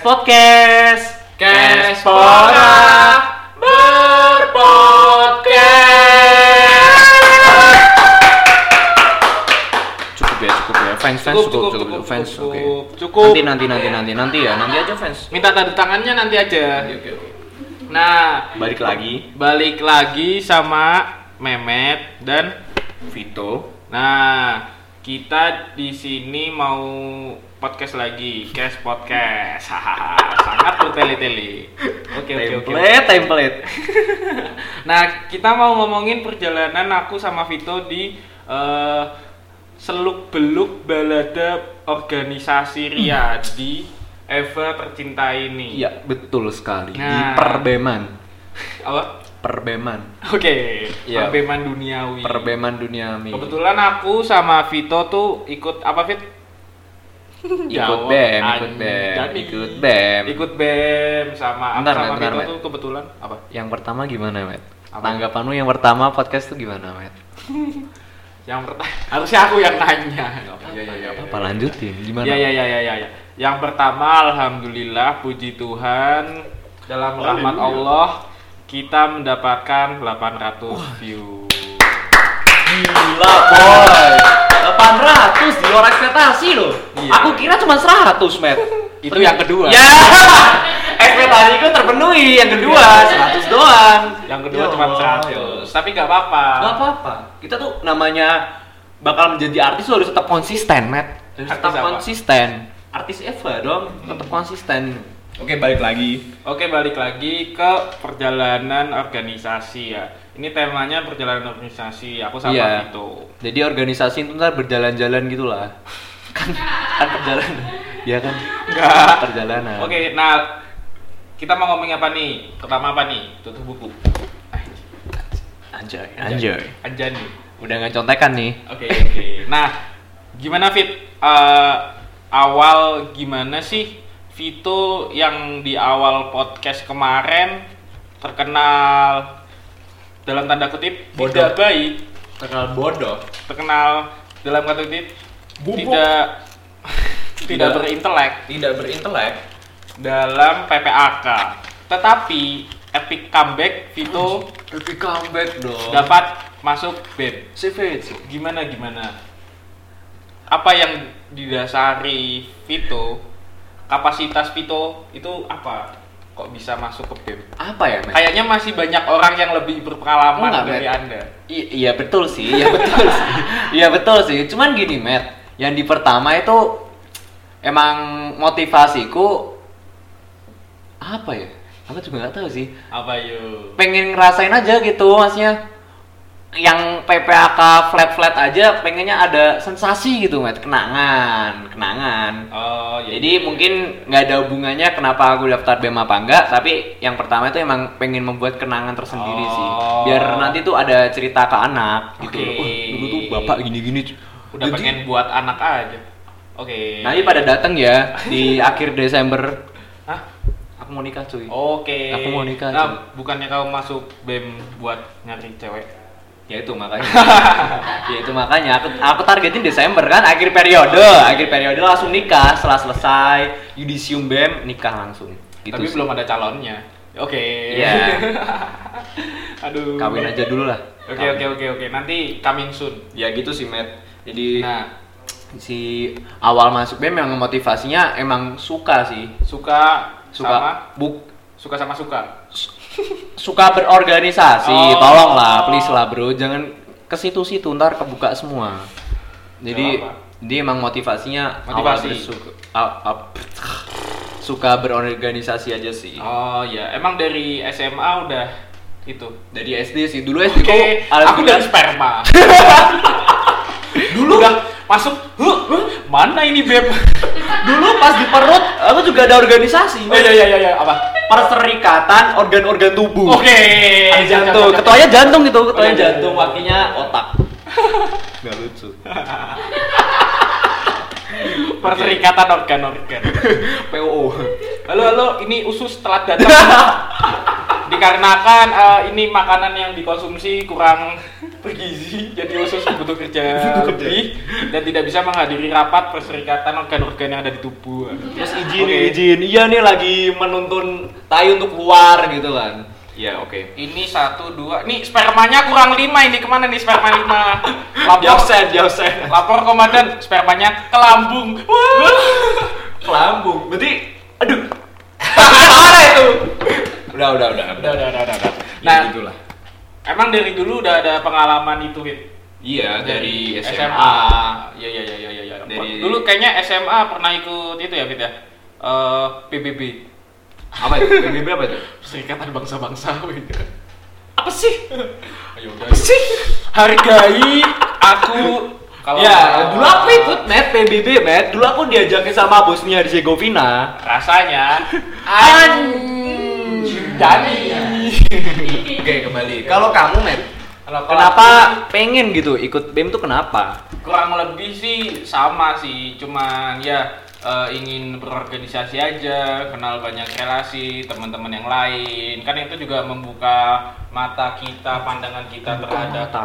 podcast. Kespora berpodcast. cukup ya cukup ya fans fans cukup cukup cukup, fans oke cukup, cukup. nanti nanti nanti nanti nanti ya nanti aja fans Minta tanda tangannya nanti aja. Nah, balik lagi balik lagi sama Memet dan Vito nah kita di sini mau podcast lagi, cash podcast. Hahaha, Sangat bertele-tele. Oke, oke, oke. template template Nah, kita mau ngomongin perjalanan aku sama Vito di eh, seluk-beluk balada organisasi Ria di Eva Tercinta ini. Hmm. iya betul sekali di Nah. perbeman Apa? perbeman Oh, Oke, Iya. perbeman duniawi. perbeman duniawi Kebetulan aku sama Vito tuh ikut apa Fit? ikut Jawab, bem ikut bem anjani. ikut bem Ikut BEM sama Bentar, aku Met, sama bentar, Vito Met. tuh kebetulan apa? yang pertama gimana met Apa? tanggapanmu yang pertama podcast tuh gimana met Yang pertama harusnya aku yang nanya. Iya iya iya. apa lanjutin gimana Ya, ya, ya, ya, ya, ya. Yang pertama, alhamdulillah, puji Tuhan, dalam rahmat Allah, kita mendapatkan 800 view. gila boy 800 di luar ekspektasi loh Iya. aku kira cuma 100 met Itu yang kedua. Ya, ekspektasi gue terpenuhi. Yang kedua, 100 doang. Iya. Yang Ya kedua cuma 100. Tapi nggak apa-apa. Gak apa-apa. Kita tuh namanya bakal menjadi artis lo harus tetap konsisten, Matt. Harus Artis tetap apa? konsisten. Artis Eva dong, tetap konsisten. Oke balik lagi. Oke, balik lagi ke perjalanan organisasi ya. Ini temanya perjalanan organisasi. Aku sama Iya. Vito. Jadi organisasi itu ntar berjalan-jalan gitulah. Kan kan perjalanan. Iya kan? Nggak. Perjalanan. Oke, nah kita mau ngomongin apa nih? Pertama apa nih? Tutup buku. Anjay, anjay. Anjani. Udah nggak contekan nih. Oke, oke. Nah, gimana Fit? Eh, awal gimana sih Vito yang di awal podcast kemarin terkenal dalam tanda kutip tidak Bodoh. baik, Terkenal bodoh. terkenal dalam tanda kutip Bubuk. tidak tidak Tidak. berintelek Tidak berintelek. dalam PPAK. Tetapi epic comeback Vito Tapi comeback dong. dapat masuk BEM. CV itu. gimana gimana apa yang didasari Vito kapasitas Vito itu apa kok bisa masuk ke BEM Apa ya, Matt? kayaknya masih banyak orang yang lebih berpengalaman Enggak, dari Bet. anda I- iya betul sih, iya betul sih. Iya betul sih. Cuman gini, Matt. Yang di pertama itu emang motivasiku apa ya? Aku juga nggak tahu sih. apa yuk Pengen ngerasain aja gitu, maksudnya yang PPAK flat-flat aja pengennya ada sensasi gitu, Matt. Kenangan, kenangan. oh ya Jadi mungkin nggak ada hubungannya kenapa aku daftar BEM apa enggak, tapi yang pertama itu emang pengen membuat kenangan tersendiri sih. Oh. Biar nanti tuh ada cerita ke anak gitu. Oke. loh. Wah, dulu tuh bapak gini-gini. udah pengen buat anak aja oke Nanti pada datang ya di akhir Desember. Hah? Aku mau nikah cuy. oke Aku mau nikah, nah, cuy. bukannya kamu masuk BEM buat nyari cewek Ya itu makanya. ya itu makanya aku aku targetin Desember kan akhir periode, akhir periode langsung nikah setelah selesai yudisium BEM nikah langsung. Gitu tapi sih. belum ada calonnya oke Iya. aduh kawin aja dulu lah. Oke oke oke oke nanti coming soon. Ya gitu sih Matt. Jadi Nah si awal masuk BEM memang motivasinya emang suka sih suka suka sama buk suka sama suka. suka berorganisasi Oh. tolonglah please lah bro jangan ke situ-situ ntar kebuka semua jadi Gak dia emang motivasinya awal Motivasi. bersuka, a- a- ah, suka berorganisasi aja sih Oh ya emang dari SMA udah itu. dari SD sih dulu SD Oke kok aku dari sperma. Dulu udah masuk huh, huh, mana ini beb? dulu pas di perut aku juga ada organisasi Oh iya iya iya iya, apa? perserikatan organ-organ tubuh Uh. Oke. Ada Eh, jantung, jangan, jangan. ketuanya jantung gitu, ketuanya Oh, iya, iya, jantung, iya. wakilnya otak. Gak lucu. Perserikatan organ-organ. PO. Halo halo ini usus telat datang. Dikarenakan eh, ini makanan yang dikonsumsi kurang bergizi jadi usus butuh kerja lebih dan tidak bisa menghadiri rapat perserikatan organ-organ yang ada di tubuh. Terus izin, izin. Iya nih lagi menuntun tai untuk keluar gitu kan. Iya, Ya, oke. Ini satu dua, nih spermanya kurang lima ini kemana nih sperma lima? Lapor, Jausen, jausen. lapor komandan, spermanya ke lambung. Wah. Kelambung. Berarti aduh. Mana itu? Udah, udah, udah. Udah, udah, udah, udah, udah. Nah, Nah, emang dari dulu udah ada pengalaman itu, Hit? Iya, dari SMA. Iya, iya, iya, iya, iya. iya. Dari- Dulu kayaknya SMA pernah ikut itu ya, Fit ya? Eh, PBB, Apa itu? BBB apa itu? Perserikatan Bangsa-Bangsa. Fit. Apa sih? Ayo guys. sih? Hargai aku kalau ya, dulu aku ikut Matt PBB Matt. Dulu aku diajakin sama bosnya di Herzegovina. rasanya Jadi, Oke, kembali. kalau kamu Matt, Kalau- kalau kenapa pengen gitu ikut BEM tuh kenapa? kurang lebih sih sama sih cuman ya eh, ingin berorganisasi aja kenal banyak relasi teman-teman yang lain kan itu juga membuka mata kita pandangan kita terhadap mata.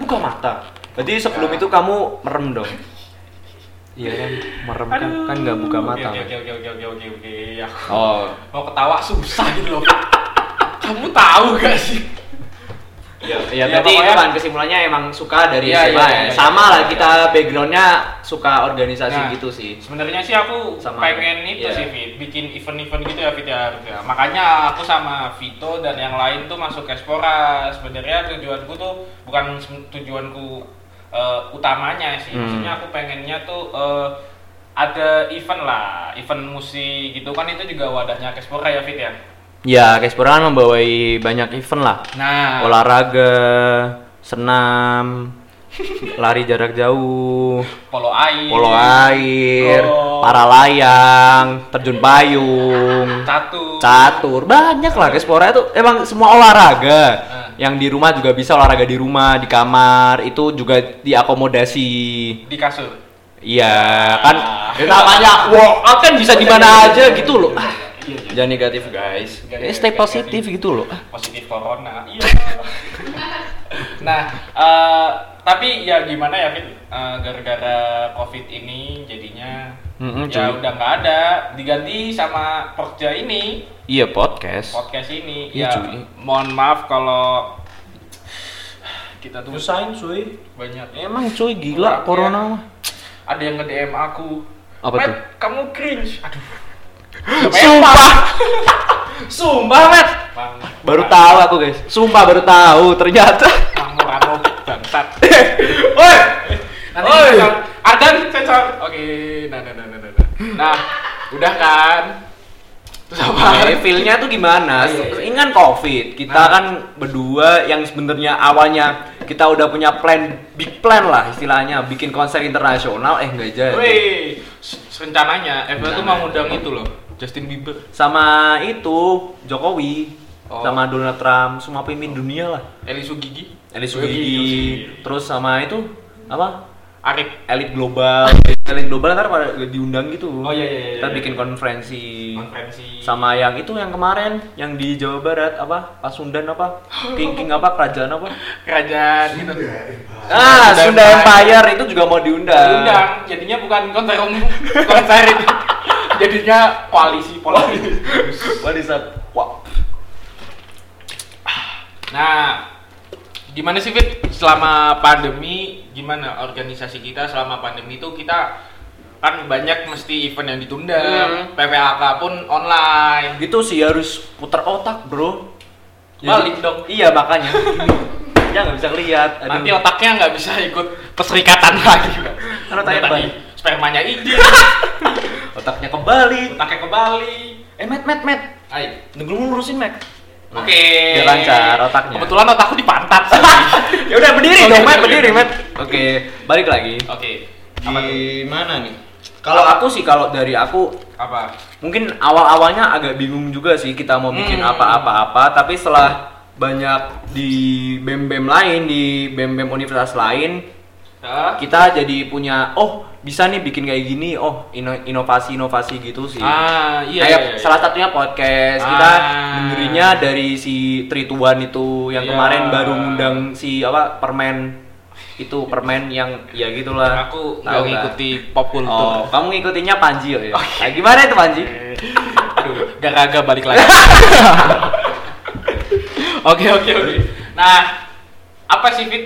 Buka mata. Berarti sebelum itu kamu merem dong. Iya kan, merem kan, Aduh. Iya, kan nggak buka Oke, mata. oke Matt. oke oke oke oke oke Aku Oh, mau ketawa susah gitu loh kamu tahu gak sih ya, ya, Ya, berarti itu pokoknya- kan kesimpulannya emang suka dari Iya, SMA iya, ya. iya, iya, Sama iya, lah iya. kita backgroundnya suka organisasi Nah. gitu sih. Sebenarnya sih aku Sama. pengen itu Iya. sih Fit, bikin event-event gitu ya Fit ya. Harga. Makanya aku sama Vito dan yang lain tuh masuk Espora. Sebenarnya tujuanku tuh bukan sem- tujuanku eh, utamanya sih. Hmm. Maksudnya aku pengennya tuh eh, ada event lah, event musik gitu kan itu juga wadahnya Kespora ya Fit ya. Ya, Kespora kan membawai banyak event lah. Nah, Olahraga, senam, lari jarak jauh, polo air, polo air, Oh. para layang, terjun payung, Tatu. catur, banyak lah Kespora itu emang semua olahraga. Ah. Yang di rumah juga bisa olahraga di rumah, di kamar, itu juga diakomodasi. di kasur. Iya, kan Ah. ya, namanya workout kan bisa di mana aja gitu loh. Ah, Iya, iya. Jangan negatif guys. Jangan Eh, stay negatif, positif negatif. gitu loh. positif corona. Iya. nah, eh, tapi ya gimana ya Fit, Eh, gara-gara covid ini jadinya Mm-mm, ya cuy. udah nggak ada, diganti sama Pokja ini, Iya podcast. podcast ini. Iya, ya, cuy. mohon maaf kalau kita tuh Nusain cuy. banyak Emang cuy gila Kurang, corona ya. mah. ada yang nge-DM aku. Apa "Matt, tuh? kamu cringe. Aduh. Sumpah. Sumpah, Matt. Bang, Baru tahu aku, guys. Sumpah baru tahu ternyata. Bang Murano, bangsat. Woi. Nanti Oi. sensor. Ardan sensor. Oke, nah nah nah nah nah, nah. Nah, udah kan? Terus apa? Nah, feel-nya tuh gimana? Iya, iya. Ingat COVID, kita Nah. kan berdua yang sebenarnya awalnya kita udah punya plan, big plan lah istilahnya, bikin konser internasional, eh nggak jadi. Wih, s- rencananya Evel tuh Rencana. mau ngundang itu loh, Justin Bieber. Sama itu Jokowi, Oh. sama Donald Trump, semua pemimpin dunia lah. Eli Sugigi, Elit Sugigi. terus sama itu apa? Arif. Elit global, elit global ntar pada diundang gitu. Oh, iya, iya, iya, Ntar iya. bikin konferensi. Konferensi. Sama yang itu yang kemarin yang di Jawa Barat apa? Pasundan apa? King King apa? Kerajaan apa? kerajaan gitu. Ah, Sunda Sunda Empire. Empire itu juga mau diundang. Diundang, jadinya bukan konser umum, konser ini. Jadinya koalisi Oh, politik. iya. What is that? Wah. Nah, gimana sih Fit? Selama pandemi, gimana organisasi kita selama pandemi itu kita kan banyak mesti event yang ditunda, Hmm. PPHK pun online. Gitu sih harus putar otak, Bro. Balik dong. Iya, makanya. ya nggak bisa lihat. Nanti otaknya nggak bisa ikut perserikatan lagi. Karena tanya Udah balik. spermanya izin, otaknya kebalik. otaknya ke Bali. Eh, Matt, Matt, Matt. Ayo. Nunggu lurusin, Matt. Oke. Nah, biar lancar otaknya. Kebetulan otakku di pantat. sih. ya udah berdiri Oke, dong, Matt, oke, berdiri, oke. Matt. Oke, balik lagi. Oke. Apa tuh? Gimana nih? Kalau aku sih kalau dari aku Apa? mungkin awal-awalnya agak bingung juga sih kita mau bikin Hmm. apa-apa-apa, tapi setelah banyak di BEM-BEM lain, di BEM-BEM universitas lain, Hah? kita jadi punya oh bisa nih bikin kayak gini oh ino- inovasi-inovasi gitu sih Ah, iya, kayak iya, iya. salah satunya podcast kita Ah. dengerinnya dari si Trituan itu yang Iya. kemarin baru ngundang si apa permen itu permen yang ya gitulah Tahu Aku nggak lah. ngikuti pop oh culture. kamu ngikutinnya Panji ya Nah, gimana itu Panji Aduh, garaga balik lagi. Oke, oke, oke. Nah, apa sih Fit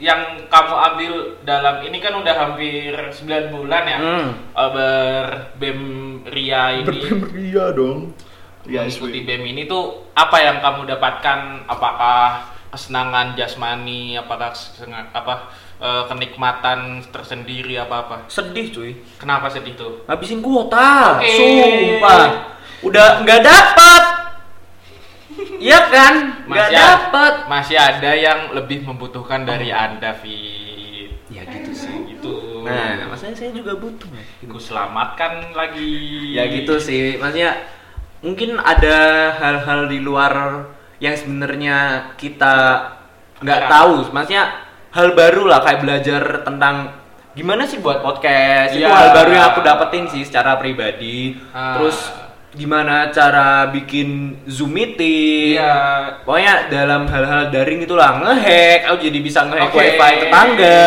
yang kamu ambil dalam ini kan udah hampir 9 bulan ya? Hmm. eh, Ber-BEM Ria ini Ria dong. Ria mengikuti SW. BEM ini tuh apa yang kamu dapatkan? Apakah kesenangan jasmani, apakah kesenang- apa eh, kenikmatan tersendiri apa apa? sedih cuy Kenapa sedih tuh? habisin kuota Oke. sumpah udah nggak dapat Iya kan nggak Masih ada- dapat Masih ada yang lebih membutuhkan dari Anda, Fit. Oh. ya gitu sih Gitu. nah maksudnya saya juga butuh Mas. Ku selamatkan lagi. ya gitu sih maksudnya mungkin ada hal-hal di luar yang sebenarnya kita nggak Nah. tahu maksudnya hal baru lah kayak belajar tentang gimana sih buat podcast itu Iya. hal baru yang aku dapetin sih secara pribadi Ah. terus gimana cara bikin zoom meeting Iya. pokoknya dalam hal-hal daring itulah ngehack aku jadi bisa ngehack Oke. wifi tetangga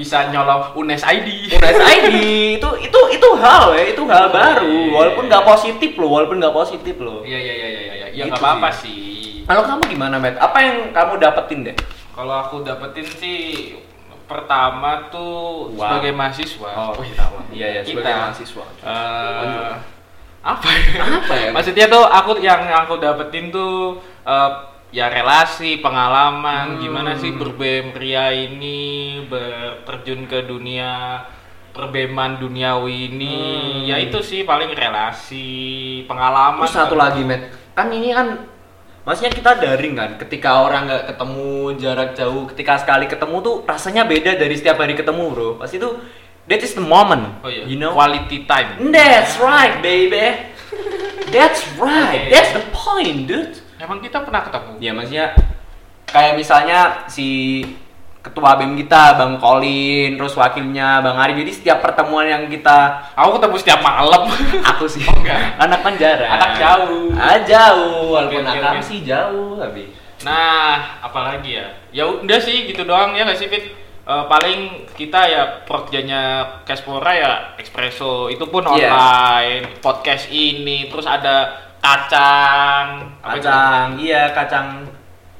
Bisa nyolong UNES ID. Unes ID itu itu itu hal ya itu hal baru walaupun nggak positif loh walaupun nggak positif loh Iya, iya, iya, iya, iya. Ya Gitu nggak apa-apa sih. kalau kamu gimana Matt apa yang kamu dapetin deh Kalau aku dapetin sih pertama tuh Wow. sebagai mahasiswa. Wih, iya ya kita. sebagai mahasiswa Eh, apa ya? Apa ya? Maksudnya tuh aku yang yang aku dapetin tuh eh, ya relasi, pengalaman, Hmm. gimana sih berbem Ria ini berterjun ke dunia perbeman duniawi ini. Ya itu sih paling relasi, pengalaman. Hmm. terus satu lagi Matt kan ini kan maksudnya kita daring kan ketika orang nggak ketemu jarak jauh ketika sekali ketemu tuh rasanya beda dari setiap hari ketemu bro pasti tuh that is the moment Oh iya, you know quality time. that's right baby that's right that's the point dude Emang kita pernah ketemu? Ya maksudnya kayak misalnya si ketua BEM kita Bang Colin, terus wakilnya Bang Ari. Jadi setiap pertemuan yang kita Aku ketemu setiap malam. aku sih Oh, enggak. anak kan jarang. Anak jauh. Ah, jauh, walaupun Oke, oke, akang oke. sih jauh tapi. Nah, apalagi ya? Ya udah sih gitu doang ya nggak sih Fit? Eh, paling kita ya prokerjanya Caspora ya Espresso itu pun Iya. online podcast ini terus ada kacang apa itu? Kacang, iya kacang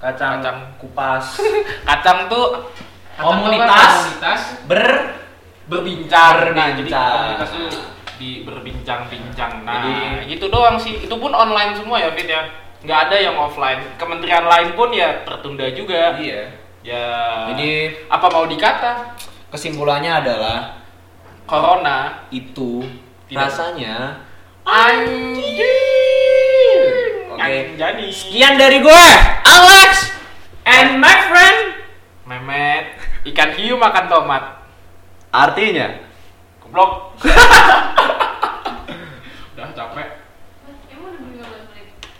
kacang, Kacang. kupas kacang tuh kacang Komunitas. tuh kan komunitas ber berbincang, Nah, jadi Berbincang. komunitas tuh di berbincang-bincang nah Jadi- gitu doang sih itu pun online semua ya Fit ya nggak ada yang offline kementerian lain pun ya tertunda juga Ah. Iya. ya Jadi- apa mau dikata Kesimpulannya adalah Corona itu Tidak. rasanya anjing. Oke. Jadi Sekian dari gue, Alex and my friend. Memet ikan hiu makan tomat. Artinya Goblok.